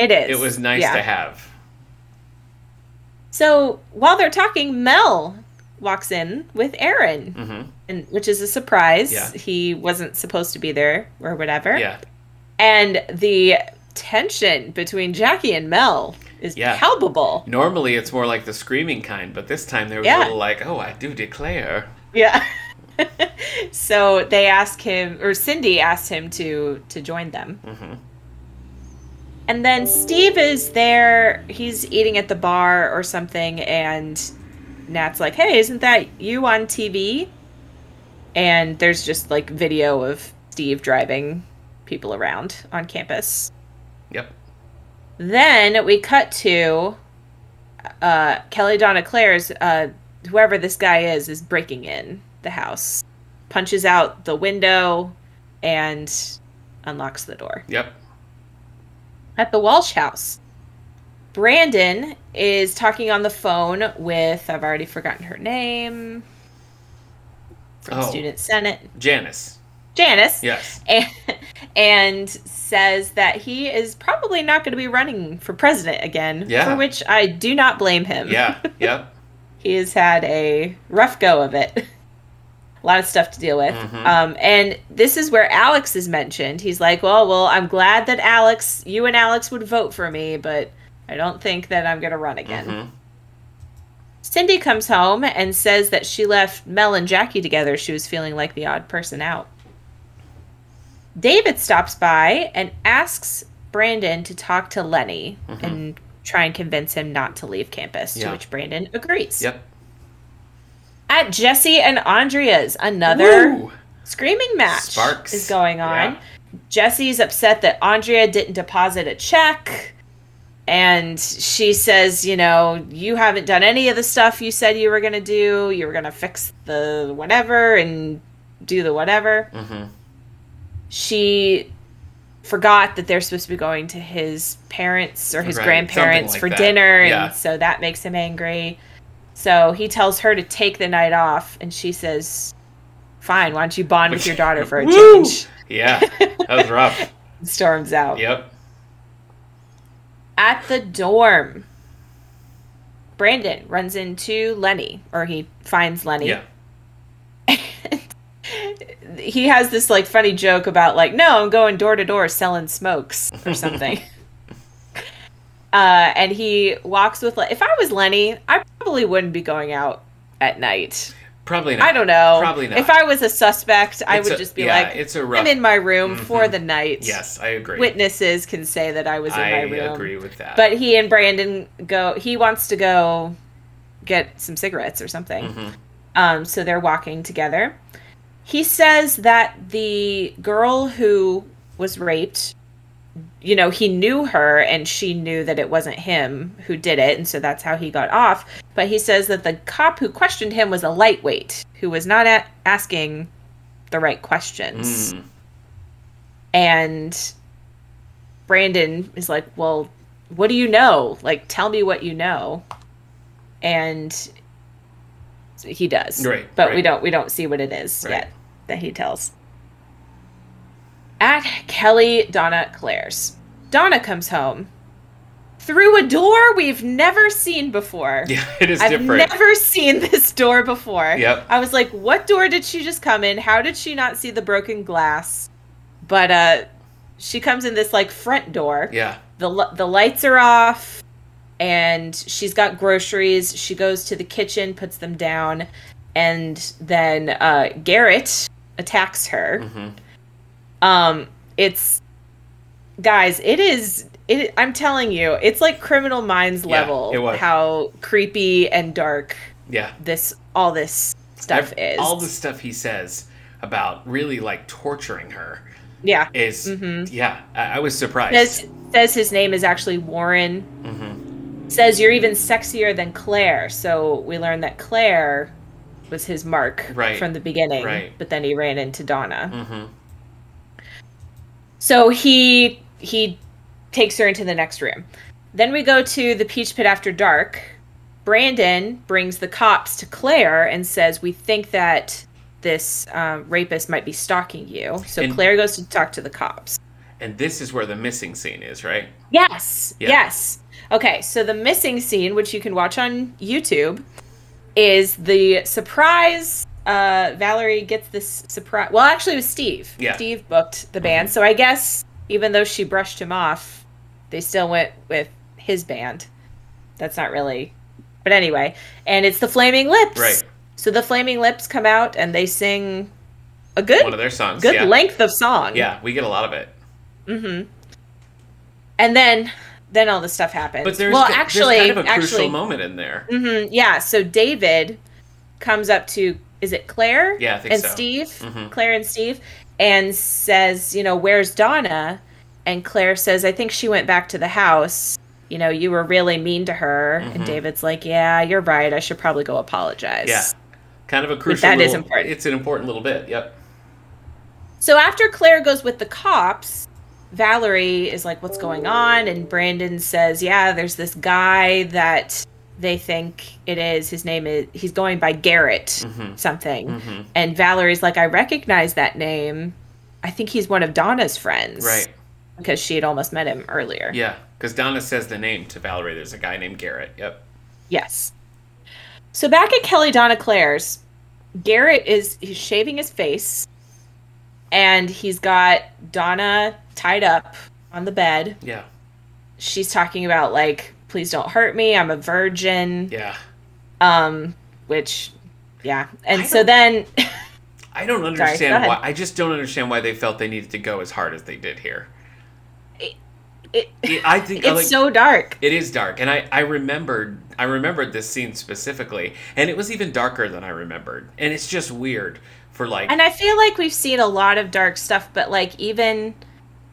A: it is.
B: It was nice
A: Yeah.
B: to have.
A: So while they're talking, Mel walks in with Aaron,
B: Mhm.
A: and which is a surprise.
B: Yeah.
A: He wasn't supposed to be there or whatever.
B: Yeah.
A: And the tension between Jackie and Mel is
B: Yeah.
A: palpable.
B: Normally it's more like the screaming kind, but this time there was
A: Yeah.
B: a little like, oh, I do declare.
A: Yeah. [LAUGHS] so they ask him, or Cindy asked him to to join them.
B: hmm
A: And then Steve is there. He's eating at the bar or something, and Nat's like, "Hey, isn't that you on TV?" And there's just like video of Steve driving people around on campus.
B: Yep.
A: Then we cut to uh, Kelly Donna Claire's, uh, whoever this guy is, is breaking in the house, punches out the window, and unlocks the door
B: Yep.
A: at the Walsh house. Brandon is talking on the phone with, I've already forgotten her name, from
B: Oh.
A: Student Senate,
B: Janice.
A: Janice,
B: Yes.
A: and, and says that he is probably not going to be running for president again,
B: Yeah.
A: for which I do not blame him. [LAUGHS]
B: Yeah. Yep.
A: He has had a rough go of it. [LAUGHS] A lot of stuff to deal with.
B: Mhm.
A: Um, and this is where Alex is mentioned. He's like, Well, well, I'm glad that Alex, you and Alex would vote for me, but I don't think that I'm going to run again.
B: Mhm.
A: Cindy comes home and says that she left Mel and Jackie together. She was feeling like the odd person out. David stops by and asks Brandon to talk to Lenny
B: Mhm.
A: and try and convince him not to leave campus,
B: Yeah.
A: to which Brandon agrees.
B: Yep.
A: At Jesse and Andrea's, another
B: Woo!
A: screaming match
B: Sparks.
A: is going on.
B: Yeah.
A: Jesse's upset that Andrea didn't deposit a check. And she says, you know, you haven't done any of the stuff you said you were going to do. You were going to fix the whatever and do the whatever.
B: Mhm.
A: She forgot that they're supposed to be going to his parents or his
B: Right,
A: grandparents
B: something
A: for
B: like that.
A: dinner.
B: Yeah.
A: And so that makes him angry. So he tells her to take the night off. And she says, fine, why don't you bond
B: [LAUGHS]
A: with your daughter for a
B: Woo!
A: change?
B: Yeah. That was rough.
A: storms out.
B: Yep.
A: At the dorm, Brandon runs into Lenny, or he finds Lenny.
B: Yeah.
A: He has this like funny joke about like, no, I'm going door to door selling smokes or
B: [LAUGHS]
A: something. uh, and he walks with. Le- if I was Lenny, I probably wouldn't be going out at night.
B: Probably not.
A: I don't know.
B: Probably not.
A: If I was a suspect, I
B: It's
A: would
B: a-
A: just be
B: yeah,
A: like,
B: it's a rough.
A: I'm in my room for
B: Mhm.
A: the night.
B: yes, I agree.
A: Witnesses can say that I was in
B: I
A: my room.
B: agree with that.
A: But he and Brandon go. He wants to go get some cigarettes or something.
B: Mhm.
A: Um, so they're walking together. He says that the girl who was raped, you know, he knew her and she knew that it wasn't him who did it, and so that's how he got off. But he says that the cop who questioned him was a lightweight who was not a- asking the right questions
B: Mm.
A: and Brandon is like, "Well, what do you know? Like, tell me what you know." And he does,
B: Right,
A: But we
B: right.
A: don't we don't see what it is
B: Right.
A: yet that he tells. At Kelly Donna Claire's, Donna comes home through a door we've never seen before.
B: [LAUGHS] Yeah, it is
A: I've
B: different.
A: never seen this door before.
B: Yep.
A: I was like, what door did she just come in? How did she not see the broken glass? But uh she comes in this like front door.
B: Yeah.
A: The li- the lights are off and she's got groceries. She goes to the kitchen, puts them down, and then uh Garrett attacks her.
B: hmm
A: Um it's guys, it is it I'm telling you, it's like criminal minds
B: Yeah,
A: level
B: it was.
A: how creepy and dark
B: Yeah.
A: this all this stuff
B: Ev-
A: is.
B: All the stuff he says about really like torturing her
A: yeah.
B: is
A: Mhm.
B: yeah. I, I was surprised.
A: Says says his name is actually Warren.
B: hmm
A: Says you're even sexier than Claire. So we learned that Claire was his mark
B: Right.
A: from the beginning.
B: Right.
A: But then he ran into Donna.
B: hmm
A: So he he takes her into the next room. Then we go to the Peach Pit after dark, Brandon brings the cops to Claire and says, "We think that this um, rapist might be stalking you." So
B: And-
A: Claire goes to talk to the cops.
B: And this is where the missing scene is, right?
A: Yes.
B: Yeah.
A: Yes. Okay, so the missing scene, which you can watch on YouTube, is the surprise. Uh, Valerie gets this surprise. Well, actually, it was Steve.
B: Yeah. Mm-hmm.
A: Steve booked the band, so I guess even though she brushed him off, they still went with his band. That's not really. But anyway, and it's the Flaming Lips.
B: Right.
A: So the Flaming Lips come out and they sing a good
B: One of their songs.
A: good
B: yeah.
A: length of song.
B: Yeah, we get a lot of it.
A: And then then all this stuff happens.
B: But there's,
A: well,
B: ki- there's
A: actually,
B: kind of a
A: actually,
B: crucial moment in there.
A: Mhm, yeah. So David comes up to is it Claire?
B: Yeah, I think
A: and
B: so.
A: Steve,
B: Mhm.
A: Claire and Steve, and says, you know, where's Donna? And Claire says, I think she went back to the house. You know, you were really mean to her. And David's like, Yeah, you're right. I should probably go apologize.
B: Mm-hmm. Yeah. Kind of a crucial
A: that is
B: little,
A: important.
B: It's an important little bit. Yep.
A: So after Claire goes with the cops, Valerie is like, What's going on? And Brandon says, Yeah, there's this guy that they think it is. His name is, he's going by Garrett something. And Valerie's like, I recognize that name. I think he's one of Donna's friends.
B: Right.
A: Because she had almost met him earlier.
B: Yeah. Because Donna says the name to Valerie. There's a guy named Garrett. Yep.
A: Yes. So back at Kelly Donna Claire's, Garrett is he's shaving his face and he's got Donna tied up on the bed.
B: Yeah.
A: She's talking about like, please don't hurt me, I'm a virgin.
B: Yeah.
A: Um, which yeah. And
B: I
A: so
B: don't-
A: then [LAUGHS]
B: I don't
A: go
B: understand
A: ahead.
B: why. I just don't understand why they felt they needed to go as hard as they did here.
A: it,
B: I- I think
A: it's
B: like,
A: so dark.
B: It is dark, and I, I remembered I remembered this scene specifically, and it was even darker than I remembered. And it's just weird for like
A: And I feel like we've seen a lot of dark stuff, but like even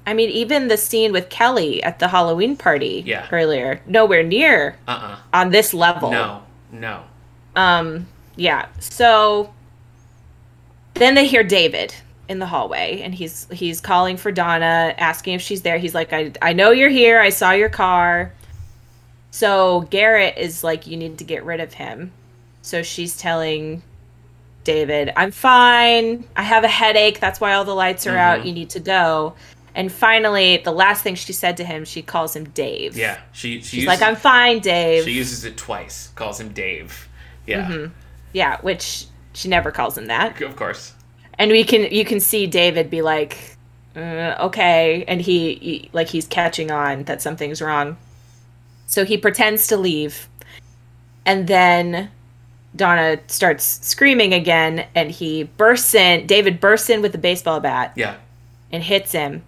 A: I mean, even the scene with Kelly at the Halloween party
B: Yeah.
A: earlier, nowhere near
B: uh uh
A: on this level.
B: no no
A: Um, yeah. So then they hear David in the hallway and he's he's calling for Donna, asking if she's there. He's like, I I know you're here, I saw your car. So Garrett is like, You need to get rid of him. So she's telling David, I'm fine. I have a headache. That's why all the lights are out.
B: Mhm.
A: You need to go. And finally, the last thing she said to him, she calls him Dave.
B: yeah she she
A: She's
B: uses,
A: like, I'm fine, Dave. Mm-hmm.
B: she uses it twice calls him Dave yeah
A: yeah, which she never calls him that.
B: of course
A: and we can you can see David be like, uh, okay, and he, he like he's catching on that something's wrong, so he pretends to leave, and then Donna starts screaming again, and he bursts in. David bursts in with a baseball bat
B: yeah
A: and hits him,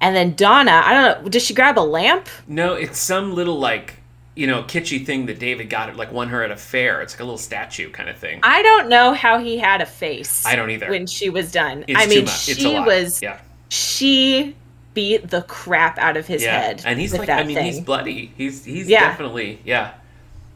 A: and then Donna, I don't know, does she grab a lamp?
B: no it's some little like you know kitschy thing that David got like won her at a fair it's like a little statue kind of thing
A: I don't know how he had a face.
B: I don't either.
A: When she was done,
B: it's
A: I
B: too
A: mean,
B: much
A: she
B: it's a lot
A: was
B: yeah
A: she beat the crap out of his
B: yeah
A: head
B: and he's
A: with
B: like
A: that
B: I mean
A: thing.
B: he's bloody he's he's
A: Yeah.
B: definitely yeah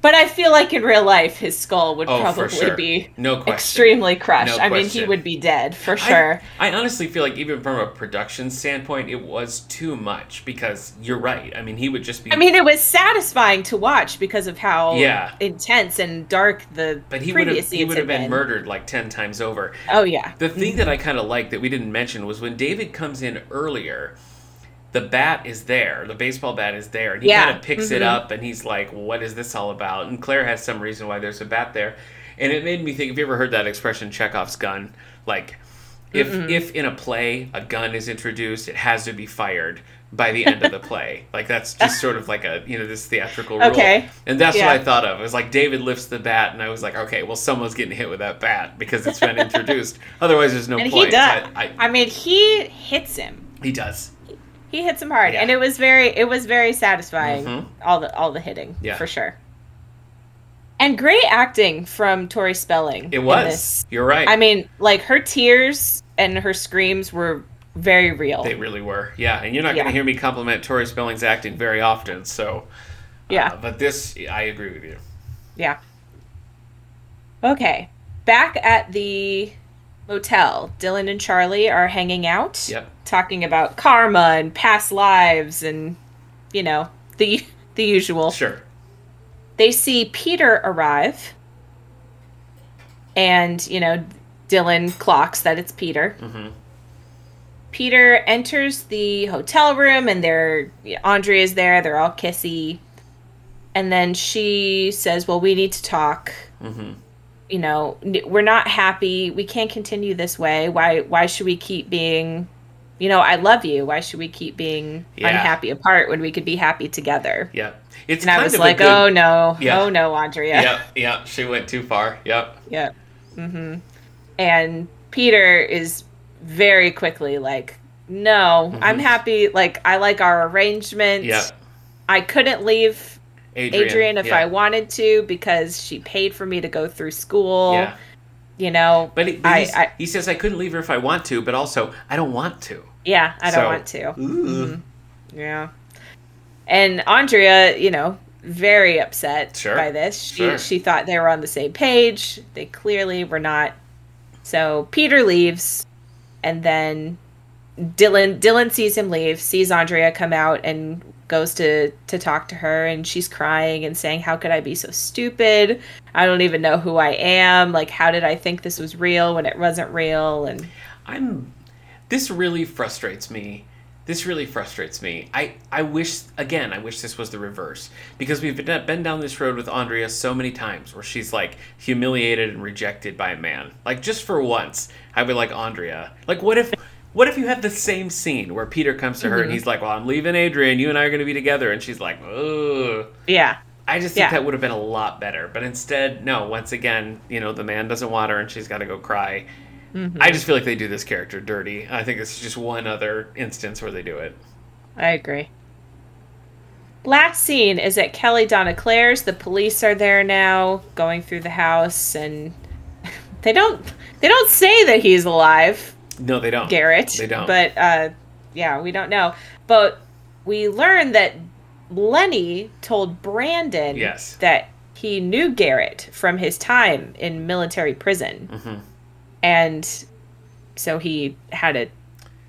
A: But I feel like in real life, his skull would
B: oh
A: probably
B: for sure
A: be
B: no question
A: extremely crushed.
B: No
A: I mean, he
B: question.
A: would be dead for
B: I-
A: sure.
B: I, honestly feel like even from a production standpoint, it was too much because you're right. I mean, he would just be.
A: I mean, it was satisfying to watch because of how
B: Yeah.
A: intense and dark the
B: but he would have
A: previous
B: he
A: scenes
B: would
A: had
B: have been,
A: been.
B: murdered like ten times over.
A: Oh yeah,
B: The thing that I kind of liked that we didn't mention was when David comes in earlier. The bat is there. The baseball bat is there, and he
A: Yeah. Mm-hmm.
B: kind of picks it up, and he's like, "What is this all about?" And Claire has some reason why there's a bat there, and it made me think. Have you ever heard that expression, Chekhov's gun? Like, if if in a play a gun is introduced, it has to be fired by the end of the play. Like that's just sort of like a you know this theatrical rule.
A: Okay.
B: And that's
A: Yeah.
B: what I thought of. It was like David lifts the bat, and I was like, okay, well someone's getting hit with that bat because it's been
A: [LAUGHS]
B: introduced. Otherwise, there's no
A: and
B: point.
A: he does.
B: I,
A: I,
B: I,
A: mean, he hits him.
B: he does.
A: He hits him hard,
B: Yeah.
A: and it was very it was very satisfying.
B: Mhm.
A: All the all the hitting,
B: Yeah.
A: for sure. And great acting from Tori Spelling.
B: It
A: in
B: was.
A: this.
B: You're right.
A: I mean, like her tears and her screams were very real.
B: they really were. Yeah, and you're not going
A: Yeah.
B: to hear me compliment Tori Spelling's acting very often. So,
A: yeah.
B: uh, but this, I agree with you.
A: Yeah. Okay. Back at the motel, Dylan and Charlie are hanging out,
B: Yep.
A: talking about karma and past lives and, you know, the the usual.
B: Sure.
A: They see Peter arrive, and you know Dylan clocks that it's Peter.
B: Mhm.
A: Peter enters the hotel room, and they're Andrea's there. They're all kissy, and then she says, "Well, we need to talk."
B: Mm-hmm.
A: you know n- we're not happy we can't continue this way why why should we keep being you know i love you why should we keep being
B: Yeah.
A: unhappy apart when we could be happy together
B: Yeah. It's
A: and
B: kind
A: i was
B: of a
A: like
B: good-
A: oh no
B: Yeah.
A: oh no andrea
B: Yep. Yep. She went too far. Yep.
A: yeah hmm and peter is very quickly like no i'm
B: Mhm.
A: happy like i like our arrangement
B: Yep.
A: i couldn't leave
B: Adrian.
A: adrian if
B: yeah.
A: i wanted to because she paid for me to go through school
B: Yeah.
A: you know
B: But, he, but
A: I-
B: he's-
A: I-
B: he says I couldn't leave her if I want to, but also I don't want to.
A: yeah i don't
B: So-
A: want to
B: Ooh.
A: Yeah. And Andrea, you know, very upset
B: Sure.
A: by this. She
B: Sure.
A: she thought they were on the same page. They clearly were not. So Peter leaves and then Dylan Dylan sees him leave, sees Andrea come out and goes to to talk to her and she's crying and saying how could I be so stupid? I don't even know who I am. Like how did I think this was real when it wasn't real and
B: I'm this really frustrates me. This really frustrates me. I, I wish again, I wish this was the reverse because we've been, been down this road with Andrea so many times where she's like humiliated and rejected by a man. Like just for once, I would like Andrea. Like what if what if you have the same scene where Peter comes to her and he's like, "Well, I'm leaving Adrian. You and I are going to be together," and she's like, "Ugh."
A: yeah.
B: I just think
A: Yeah.
B: that would have been a lot better. But instead, no, once again, you know, the man doesn't want her and she's got to go cry.
A: Mm-hmm.
B: I just feel like they do this character dirty. I think this is just one other instance where they do it.
A: I agree. Last scene is at Kelly Donna Claire's. The police are there now, going through the house, and [LAUGHS] they don't they don't say that he's alive,
B: No, they don't.
A: Garrett.
B: They don't.
A: But uh, yeah, we don't know. But we learn that Lenny told Brandon
B: Yes.
A: that he knew Garrett from his time in military prison,
B: Mhm.
A: and so he had a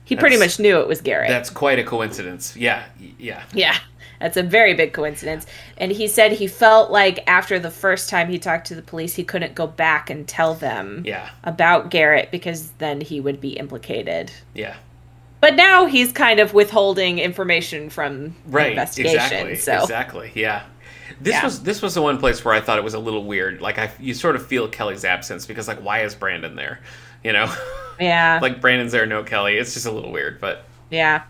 A: he pretty
B: That's-
A: much knew it was Garrett.
B: That's quite a coincidence. Yeah, y- yeah.
A: Yeah, that's a very big coincidence. And he said he felt like after the first time he talked to the police, he couldn't go back and tell them
B: Yeah,
A: about Garrett because then he would be implicated.
B: yeah.
A: But now he's kind of withholding information from the
B: Right.
A: investigation.
B: Exactly.
A: so
B: Exactly. Yeah. This
A: Yeah.
B: was this was the one place where I thought it was a little weird. Like I, you sort of feel Kelly's absence because like why is Brandon there? You know, [LAUGHS]
A: yeah,
B: like Brandon's there, no Kelly. It's just a little weird, but
A: yeah.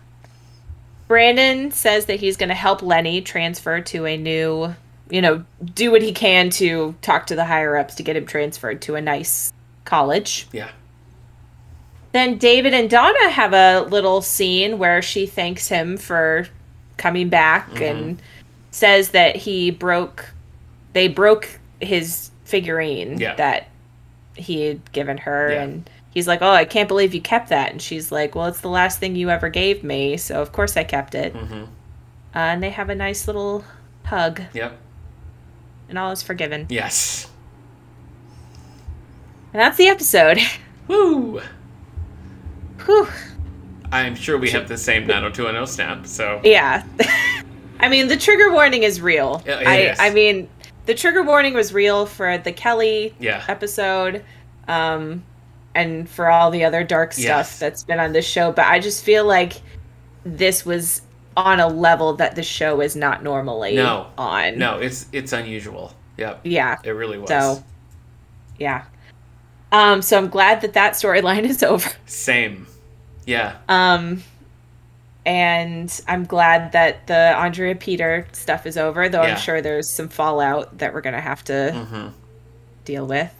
A: Brandon says that he's going to help Lenny transfer to a new, you know, do what he can to talk to the higher ups to get him transferred to a nice college.
B: yeah.
A: Then David and Donna have a little scene where she thanks him for coming back
B: Mm-hmm.
A: and says that he broke they broke his figurine
B: Yeah.
A: that he had given her
B: Yeah.
A: and he's like, "Oh, I can't believe you kept that." And she's like, "Well, it's the last thing you ever gave me, so of course I kept it."
B: Mm-hmm.
A: Uh, and they have a nice little hug
B: Yep.
A: and all is forgiven.
B: Yes.
A: And that's the episode. [LAUGHS]
B: Woo!
A: Whew.
B: I'm sure we have the same 90210 snap, so.
A: Yeah. [LAUGHS] I mean, the trigger warning is real.
B: Yeah, it
A: I,
B: is.
A: I mean, the trigger warning was real for the Kelly
B: Yeah.
A: episode um, and for all the other dark stuff
B: Yes.
A: that's been on this show. But I just feel like this was on a level that the show is not normally
B: No.
A: on.
B: No, it's it's unusual. Yep.
A: Yeah.
B: It really was.
A: So, yeah. Um, so I'm glad that that storyline [LAUGHS] is over.
B: Same. Yeah.
A: Um, and I'm glad that the Andrea Peter stuff is over, though
B: Yeah.
A: I'm sure there's some fallout that we're going to have to
B: hmm
A: deal with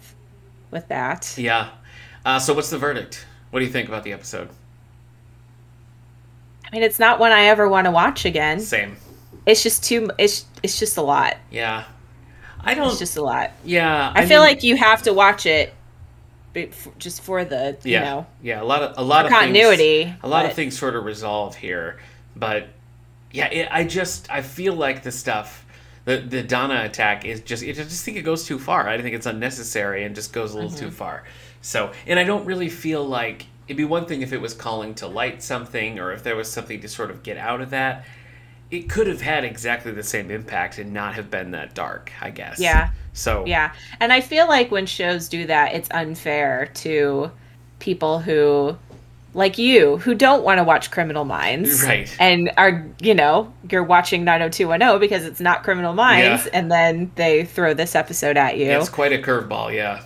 A: with that.
B: Yeah. Uh, so, what's the verdict? What do you think about the episode?
A: I mean, it's not one I ever want to watch again.
B: Same.
A: It's just too it's it's just a lot.
B: Yeah. I don't.
A: It's just a lot.
B: yeah.
A: I, feel
B: Mm. mean,
A: like you have to watch it be- f- just for the,
B: Yeah.
A: you know,
B: yeah. A lot of a lot of things-
A: continuity.
B: a lot of
A: but-
B: things sort of resolve here but yeah it, i just i feel like the stuff the, the donna attack is just it, i just think it goes too far i think it's unnecessary and just goes a little too
A: Mm-hmm.
B: far so and i don't really feel like it'd be one thing if it was calling to light something or if there was something to sort of get out of that it could have had exactly the same impact and not have been that dark, I guess.
A: Yeah.
B: So
A: Yeah. And I feel like when shows do that, it's unfair to people who like you who don't want to watch Criminal Minds.
B: [LAUGHS] Right.
A: And are, you know, you're watching 90210 because it's not Criminal Minds
B: Yeah.
A: and then they throw this episode at you.
B: it's quite a curveball, yeah.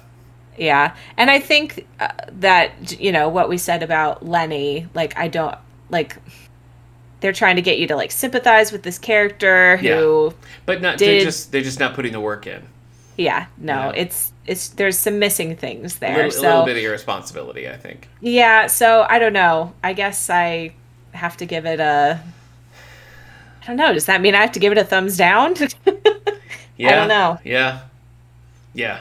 A: Yeah. And I think uh, that, you know, what we said about Lenny, like, I don't, like, they're trying to get you to, like, sympathize with this character who,
B: But not
A: Did-
B: they're just they're just not putting the work in.
A: yeah, no,
B: Yeah.
A: it's, it's, there's some missing things
B: A
A: there.
B: little,
A: so,
B: a little bit of irresponsibility, I think.
A: yeah. So I don't know. I guess I have to give it a, I don't know. Does that mean I have to give it a thumbs down? [LAUGHS]
B: Yeah.
A: don't know.
B: Yeah. Yeah.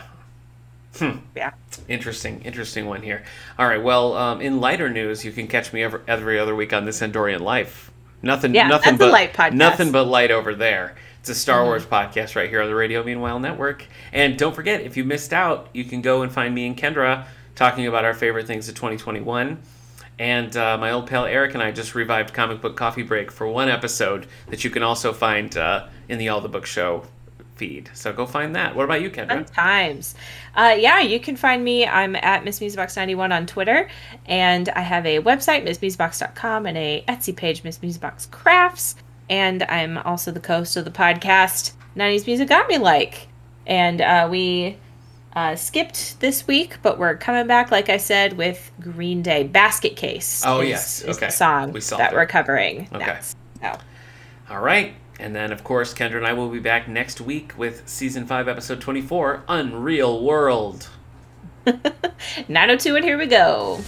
A: yeah.
B: Interesting, interesting one here. All right. Well, um, in lighter news, you can catch me every, every other week on this Andorian Life. Nothing,
A: Yeah,
B: nothing
A: that's a
B: but
A: light podcast. Mm-hmm.
B: nothing but light over there. It's a Star Wars podcast right here on the Radio Meanwhile Network. And don't forget, if you missed out, you can go and find me and Kendra talking about our favorite things of 2021. And uh, my old pal Eric and I just revived Comic Book Coffee Break for one episode that you can also find uh, in the All the Book Show feed. So go find that. What about you, Kendra?
A: Sometimes. Uh, yeah, you can find me. I'm at MissMusicBox91 on Twitter, and I have a website, MissMusicBox.com, and a Etsy page, Miss MusicBox Crafts. And I'm also the host of the podcast, 90s Music Got Me Like. And uh, we uh, skipped this week, but we're coming back, like I said, with Green Day Basket Case.
B: Oh,
A: is-
B: yes.
A: is the
B: Okay.
A: song
B: We saw
A: that
B: that.
A: we're covering oh.
B: Okay.
A: next. So,
B: All right. And then, of course, Kendra and I will be back next week with season five, episode 24 Unreal World.
A: 902, and oh here we go.